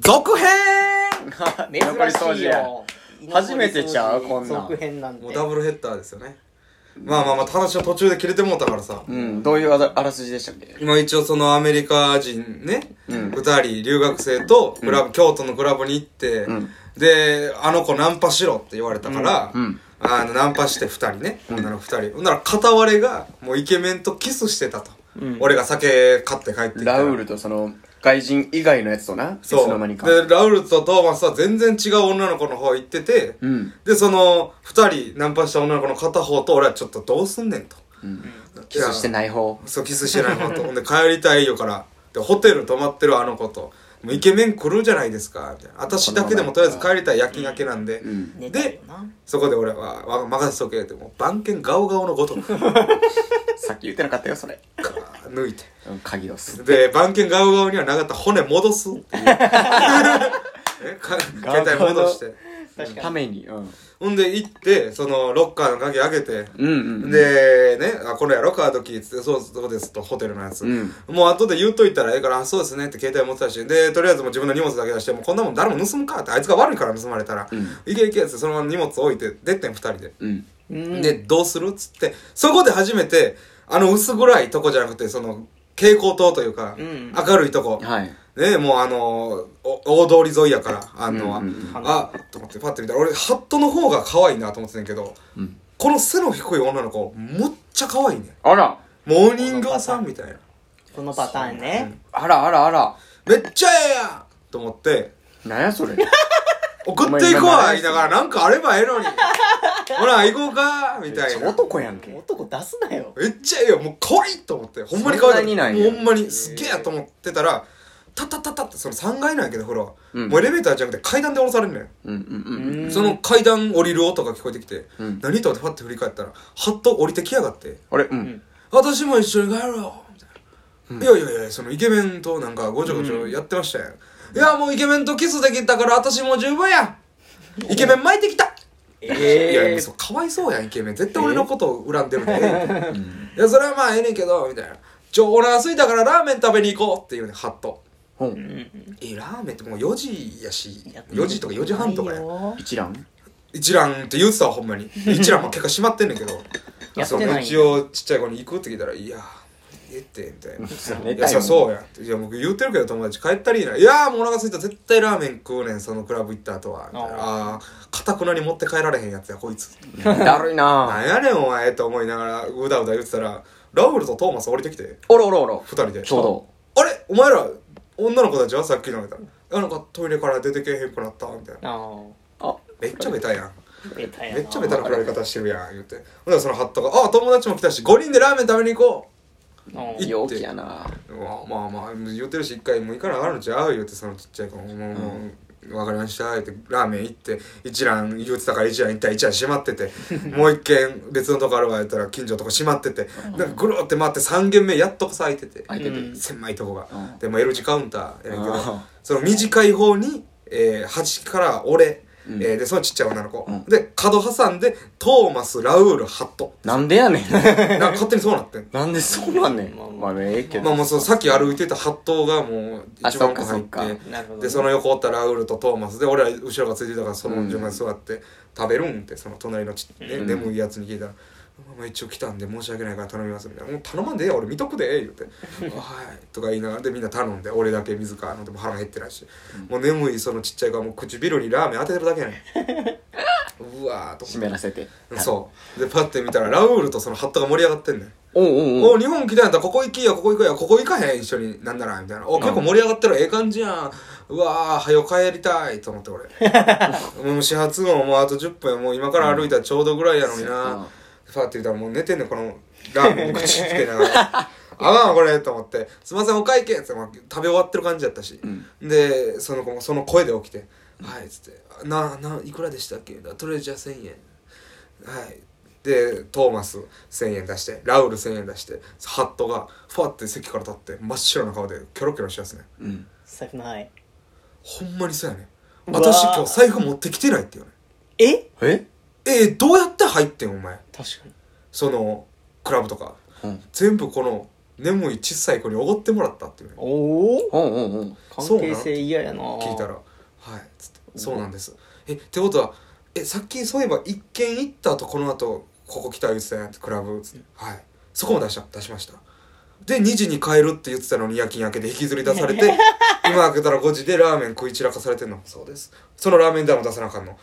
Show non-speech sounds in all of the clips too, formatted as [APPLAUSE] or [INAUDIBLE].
続編 [LAUGHS] 珍しいよ居残り掃除初めてちゃうこんなん続編なんてもうダブルヘッダーですよね。まあまあまあ、話は途中で切れてもうたからさ。うん、どういうあらあらすじでしたっけ今一応そのアメリカ人ね、二、人留学生とクラブ、京都のクラブに行って、んで、あの子ナンパしろって言われたから、うんうんあの、ナンパして二人ね、女の子二人。ほんなら片割れが、もうイケメンとキスしてたと。俺が酒買って帰ってきたらラウールとその、外人以外のやつとな、いつそう。の間にか。で、ラウルとトーマスは全然違う女の子の方行ってて、うん。で、その、二人ナンパした女の子の片方と俺はちょっとどうすんねんと。キスしてない方。そう、キスしてないのと。 [LAUGHS] ほんで、帰りたいよから。で、ホテル泊まってるあの子と。もうイケメン来るじゃないですか。みたいな。私だけでもとりあえず帰りたい夜勤明けなんで。ん寝たよで、なそこで俺は、わ任せとけって、もう番犬ガオガオのごとく、 [LAUGHS] ガさっき言ってなかったよ、それ。ー抜いて。うん、鍵ロス。で、番犬ガオガオにはなかった骨戻す [LAUGHS] っていう。 [LAUGHS] えかガオガオの携帯戻して。確かたにめに、うん。ほんで行って、その、ロッカーの鍵開けて、うんうんうん。、で、ね、あ、これやろ、カードキーっつって、そうそうですと、ホテルのやつ。うんもう後で言うといたらええから、あ、そうですねって携帯持ってたし、で、とりあえずもう自分の荷物だけ出して、もうこんなもん誰も盗むかって、あいつが悪いから盗まれたら、いけいけっつって、そのまま荷物置いて、出てん、二人で。うん。うんで、どうするっつって、そこで初めて、あの薄暗いとこじゃなくて、その、蛍光灯というか、うん明るいとこ。はい。ねもうあのお大通り沿いやから、あんのは。うんうんうんあ、と思ってパッて見たら、俺、ハットの方が可愛いなと思ってたんやけど、うんこの背の低い女の子、むっちゃ可愛いね。あらモーニングさんみたいな。このパターンねあらあらあら。めっちゃええやんと思って、なんやそれ。送っていこうや言いながら、なんかあればええ [LAUGHS] のに。ほら、行こうかみたいな。男やんけ。男出すなよめっちゃええよ。もう可愛いと思って。ほんまに可愛い。そんなになんもやうほんまに、すっげえやと思ってたら、タッタッタッタって、その3階なんやけど、ほら、うんもうエレベーターじゃなくて階段で降ろされるのよ。うんうんうん。その階段降りる音が聞こえてきて、ん何と思ってパッて振り返ったら、ハッと降りてきやがって、あれうん。私も一緒に帰ろうみたいな、いやいやいや、そのイケメンとなんかごちょごちょやってましたよ。いや、もうイケメンとキスできたから私も十分やイケメン巻いてきたいやいえやそうかわいそうやんイケメン絶対俺のことを恨んでるで、いやそれはまあええねんけどみたいな「ちょお腹空いたからラーメン食べに行こう」っていうねハッとほえん。 「えラーメンってもう4時やし4時とか4時半とかや一覧一蘭って言うてたわほんま [LAUGHS] に一蘭も結果閉まってんねんけどやってそうないんや一応ちっちゃい子に行くって聞いたら「いやええって」みたいな「寝いたやよそうそうや」いや僕言うてるけど友達帰ったりいない「いやーもうお腹空いた絶対ラーメン食うねんそのクラブ行った後は」みたいな「あーかたくなに持って帰られへんやつやこいつ」だるいなぁ。なんやねんお前」と思いながらうだうだ言ってたらラウルとトーマス降りてきておろおろおろ。二人でちょうど。あれお前ら女の子たちはさっきのみたいなあなんかトイレから出てけへんくなった」みたいなああ、めっちゃベタやんあベタやなめっちゃベタな振られ方してるやん言ってほんでそのハットが「あ友達も来たし5人でラーメン食べに行こうんい陽気やなぁ。う」うわまあまあ言ってるし一回もう行かなあかんのちゃう言ってそのちっちゃい子も「もうもう分かりました」言ってラーメン行って一蘭言ってたから一蘭行ったら一蘭閉まって [LAUGHS] てもう一軒別のとこあるわ言ったら近所のとこ閉まっててなんかぐるーって回って3軒目やっとこそ開いてて開いてて。狭いとこがうんでも L 字カウンターやねんけどあその短い方に、えー端から俺、うんえーでそのちっちゃい女の子、うんで角挟んでトーマスラウールハット [LAUGHS] なんでやねん。なんか勝手にそうなってんなんでそうなんねん。まあ、ええけまあど。もうそうさっき歩いてたハットがもうあ一番奥そ入っっかそってかなるほどでその横おったラウールとトーマスで俺は後ろがついてたからその順番に座って、食べるんってその隣のち、ねうん眠いやつに聞いたら「まあ、一応来たんで申し訳ないから頼みます」みたいな「もう頼まんでええよ俺見とくで」言う [LAUGHS] て「はい」とか言いながらでみんな頼んで俺だけ水か飲んでもう腹減ってないし、もう眠いそのちっちゃい子はもう唇にラーメン当ててるだけやね [LAUGHS] んうわーと思湿ってらせて。そうでパッて見たらラウールとそのハットが盛り上がってんねんおうおうおう。お日本来たんやったらここ行きやここ行くやここ行かへん一緒になんならみたいなお結構盛り上がってるええ感じやんうわーはよ帰りたいと思って俺もう始発後ももうあと10分やもう今から歩いたらちょうどぐらいやのにうんなファーって言ったらもう寝てんねんこのラーメン [LAUGHS] 口つけながらあかんわこれと思って「すいませんお会計」っつってまあ食べ終わってる感じやったし、でその子もその声で起きて「はい」っつって「なないくらでしたっけ?」とりあえずじゃあ1000円」はい。で、トーマス1000円出して、ラウル1000円出して、ハットが、ファって席から立って、真っ白な顔で、キョロキョロしやすね。うん。したくないほんまにそうやね。うわー私今日財布持ってきてないって言うね。えええー、どうやって入ってんお前。確かにその、クラブとか。うん全部この、眠い小さい子におごってもらったっていうのよおおうんうんうんそう関なの係性嫌やな聞いたら「はい」つって「そうなんです」えってことはえさっきそういえば一軒行った後この後ここ来た言ってたやんってクラブつって「はい」そこも出した出しましたで2時に帰るって言ってたのに夜勤明けで引きずり出され [LAUGHS] て今開けたら5時でラーメン食い散らかされてんのそうですそのラーメン代も出さなあかんの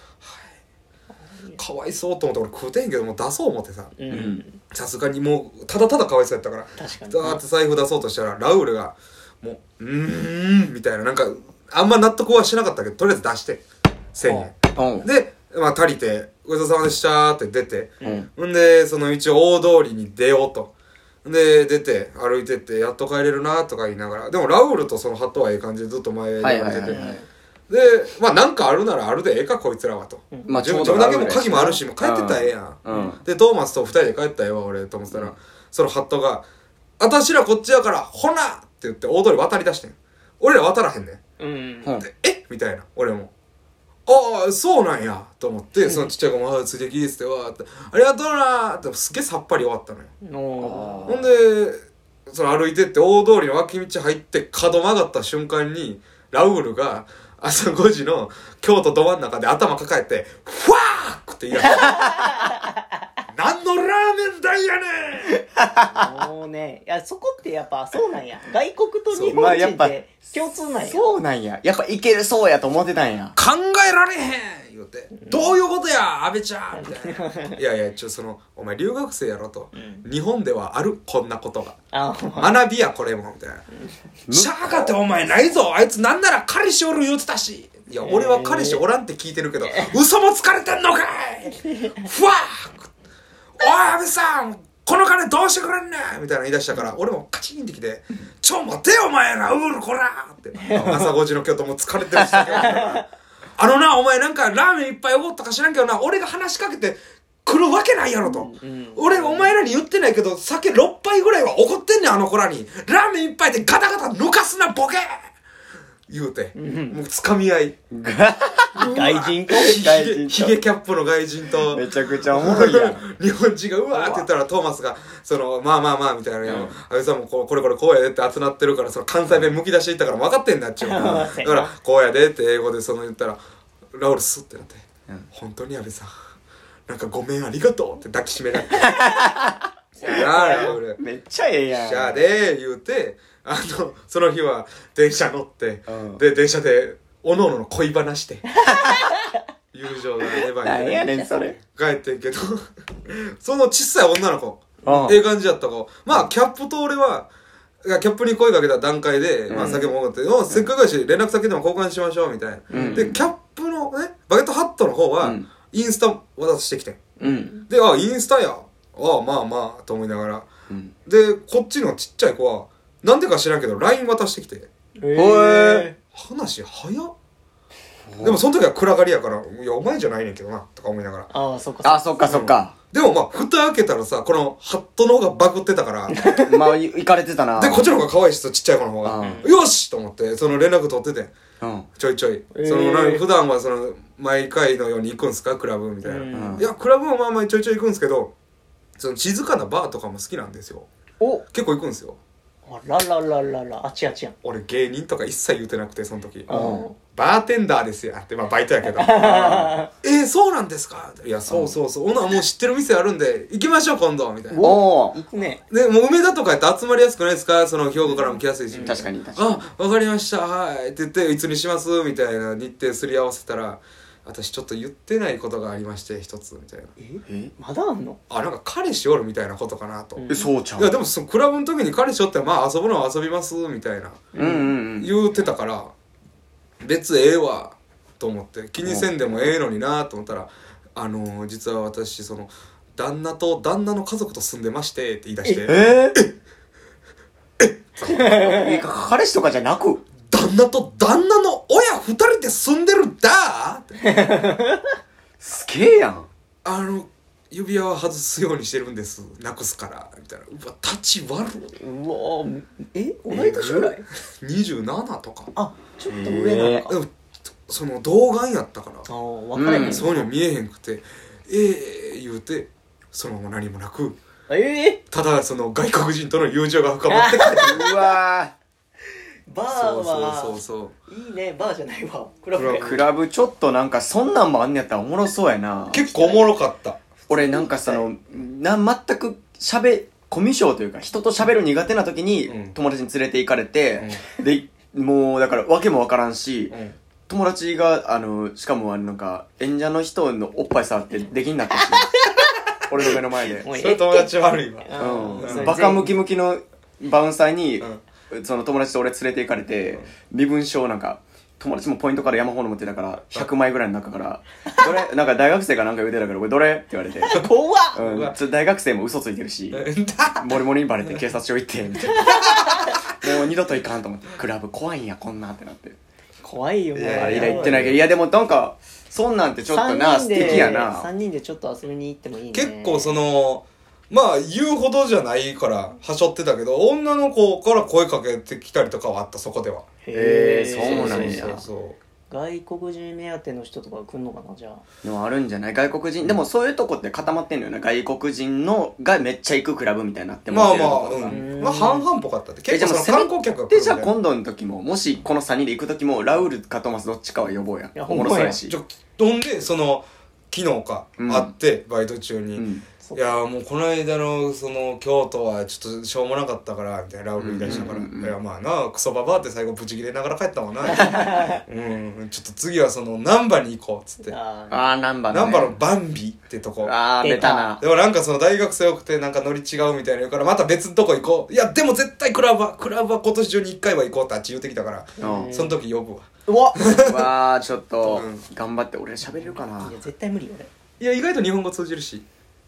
はいかわいそうと思って俺食うてんけどもう出そう思ってさうん、うんさすがにもうただただかわいそうやったから確かにザーって財布出そうとしたらラウルがもう「うーん」みたいななんかあんま納得はしなかったけどとりあえず出して1000うん円で、まあ、足りて「ごちそうさまでした」って出てうんんでその一応大通りに出ようとで出て歩いてってやっと帰れるなとか言いながらでもラウルとそのハトはええ感じでずっと前にはい歩はいいてはていはいでまあなんかあるならあるでええかこいつらはとまあ自分自分だけも鍵もあるしもう帰ってったらええやんうんでトーマスと2人で帰ったよ俺と思ってたら、そのハットが「あたしらこっちやからほな!」って言って大通り渡り出してん俺ら渡らへんねんうんうんで「えみたいな俺も「ああそうなんや」と思ってそのちっちゃい子も「ああついてき」っつってわーって「ありがとうな」ってすげえさっぱり終わったのよのほんでその歩いてって大通りの脇道入って角曲がった瞬間にラウールが朝5時の京都ど真ん中で頭抱えて「ファーク!」って言い出した何のラーメン代やねんもうねいやそこってやっぱそうなんや外国と日そうま本あや人っぱって共通なんやそうなんややっぱいけるそうやと思ってたんや考えられへん言うて「どういうことや阿部ちゃん」みたいな「いやいやちょそのお前留学生やろ」と「日本ではあるこんなことが」[LAUGHS] あほんま学びやこれもみたいな「シャーカってお前ないぞあいつなんなら彼氏おる言うてたし」いや俺は彼氏おらんって聞いてるけど、嘘もつかれてんのかいふわーおい安部さんこの金どうしてくれんねんみたいな言い出したから俺もカチンってきて「ちょ待てよお前らウールこら!」って朝5時の京都もう疲れてるしあのなお前なんかラーメンいっぱいおごったか知らんけどな俺が話しかけて来るわけないやろと、俺お前らに言ってないけど酒6杯ぐらいは怒ってんねんあの子らにラーメン一杯でガタガタ抜かすなボケ言うて、もうつかみ合い外人とひ外げ人とひげキャップの外人とめちゃくちゃおもろいやん [LAUGHS] 日本人がうわーって言ったらトーマスが「そのまあまあまあ」みたいなのを「安倍さんもこうこれこれこうやで」って集まってるからその関西弁むき出していったから分かってんだっちゅうだわかってんなから「こうやで」って英語でその言ったらラオルスってなって「本当に安倍さんなんかごめんありがとう」って抱きしめられて「そうやなラオル」めっちゃええやんじゃあで言うてあのその日は電車乗って、うんで電車でおのおのの恋話して友情が芽生なんえやてねんそれ帰ってんけど [LAUGHS] その小さい女の子うんええ感じやった子まあキャップと俺はいやキャップに声かけた段階で、まあ、酒も思って、おせっかくやし連絡先でも交換しましょうみたいな、うんでキャップのねバケットハットの方は、うんインスタ渡してきてんうんであインスタやああまあまあと思いながらうんでこっちのちっちゃい子はなんでか知らんけど LINE 渡してきてへー話早っでもその時は暗がりやから「いやお前じゃないねんけどな」とか思いながらああそっかあそっかそっかでもまあ蓋開けたらさこのハットの方がバグってたからでまあい行かれてたなこっちの方が可愛いしさちっちゃい子の方が「うよし!」と思ってその連絡取っててうんちょいちょい、えーそのなんか普段はその毎回のように行くんすかクラブみたいな、うんいやクラブもまあまあちょいちょい行くんですけどその静かなバーとかも好きなんですよお結構行くんですよあらららららあちあちやん俺芸人とか一切言うてなくてその時んバーテンダーですよってまあバイトやけどえー、そうなんですかいやそうそうそうほなもう知ってる店あるんで行きましょう今度みたいなおお行くねでもう梅田とかやったら集まりやすくないですかその兵庫からも来やすいし、確かに確かあわかりましたはいって言っていつにしますみたいな日程すり合わせたら私ちょっと言ってないことがありまして一つみたいなえにまだあんのあなんか彼氏おるみたいなことかなと、うんいえそうちゃんやでもそのクラブの時に彼氏おってまあ遊ぶのは遊びますみたいなうんうん言うてたから別ええわと思って気にせんでもええのになと思ったら「あのー、実は私その旦那と旦那の家族と住んでまして」って言い出してええ彼氏とかじゃなく「旦那と旦那の親二人で住んでるだ!」ってすげえやん「あの指輪は外すようにしてるんですなくすから」みたいな「うわ立ち悪っうわーえ同い年ぐらい27とかあちょっと上なのでかもその童顔やったからああ分かれへうんそうには見えへんくて「ええ言うてそのまま何もなくええただその外国人との友情が深 [LAUGHS] まって帰ってくるうわバーそうはそうそうそういいねバーじゃないわクラブクークラブちょっとなんかそんなんもあんねやったらおもろそうやな結構おもろか [LAUGHS] った俺なんかそのな全く喋コミュ障というか人と喋る苦手な時にうん友達に連れて行かれて、でもうだから訳もわからんし、うんうん友達があのしかもあのなんか演者の人のおっぱい触ってできんなってし俺の目の前で、もうええそれ友達悪いわあーそうん、れバカムキムキのバウンサーに、うんその友達と俺連れて行かれて、身分証なんか友達もポイントから山ほど持ってたから100枚ぐらいの中から「どれ?」なん [LAUGHS] か大学生がなんか言うてたから「これどれ?」って言われて、怖っううんわちょ、大学生も嘘ついてるしモリモリにバレて警察署行ってみたい [LAUGHS] なもう二度と行かんと思ってクラブ怖いんやこんなってなって怖いよもういやあいれ以や来行ってないけどいやでもなんかそんなんてちょっとな素三人で敵やな三人でちょっと遊びに行ってもいいね結構そのまあ言うほどじゃないからはしょってたけど女の子から声かけてきたりとかはあったそこではへーへそうなんやそうそ外国人目当ての人とか来んのかなじゃあでもあるんじゃない外国人でもそういうとこって固まってんのよな外国人のがめっちゃ行くクラブみたいになってうもまらっあてるまあとかさうんうんまあ半々っぽかったってえ結構その観光客が来でるじゃあみたいな今度の時ももしこの3人で行く時もラウールかトマスどっちかは呼ぼうやいやおもろそうやしちょほんでその昨日かうん会ってバイト中に、うんそいやーもうこの間のその京都はちょっとしょうもなかったからみたいなラウル言い出したから「うんうんうんいやまあなクソババア」って最後ブチ切れながら帰ったも [LAUGHS] んなうんちょっと次はその難波に行こうっつってあーああ難難波のね波のバンビってとこああベタなでもなんかその大学生多くてなんかノリ違うみたいな言うからまた別のとこ行こういやでも絶対クラブはクラブは今年中に1回は行こうってあっち言うてきたからうんその時呼ぶわうわわあちょっとうん頑張って俺喋れるかないや絶対無理俺いや意外と日本語通じるし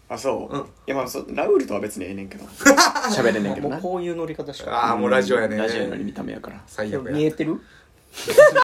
あそううんいやまあそうラウールとは別にええねんけど喋れんねんけどもなうこういう乗り方しかああもうラジオやねラジオの見た目やから最悪や見えてる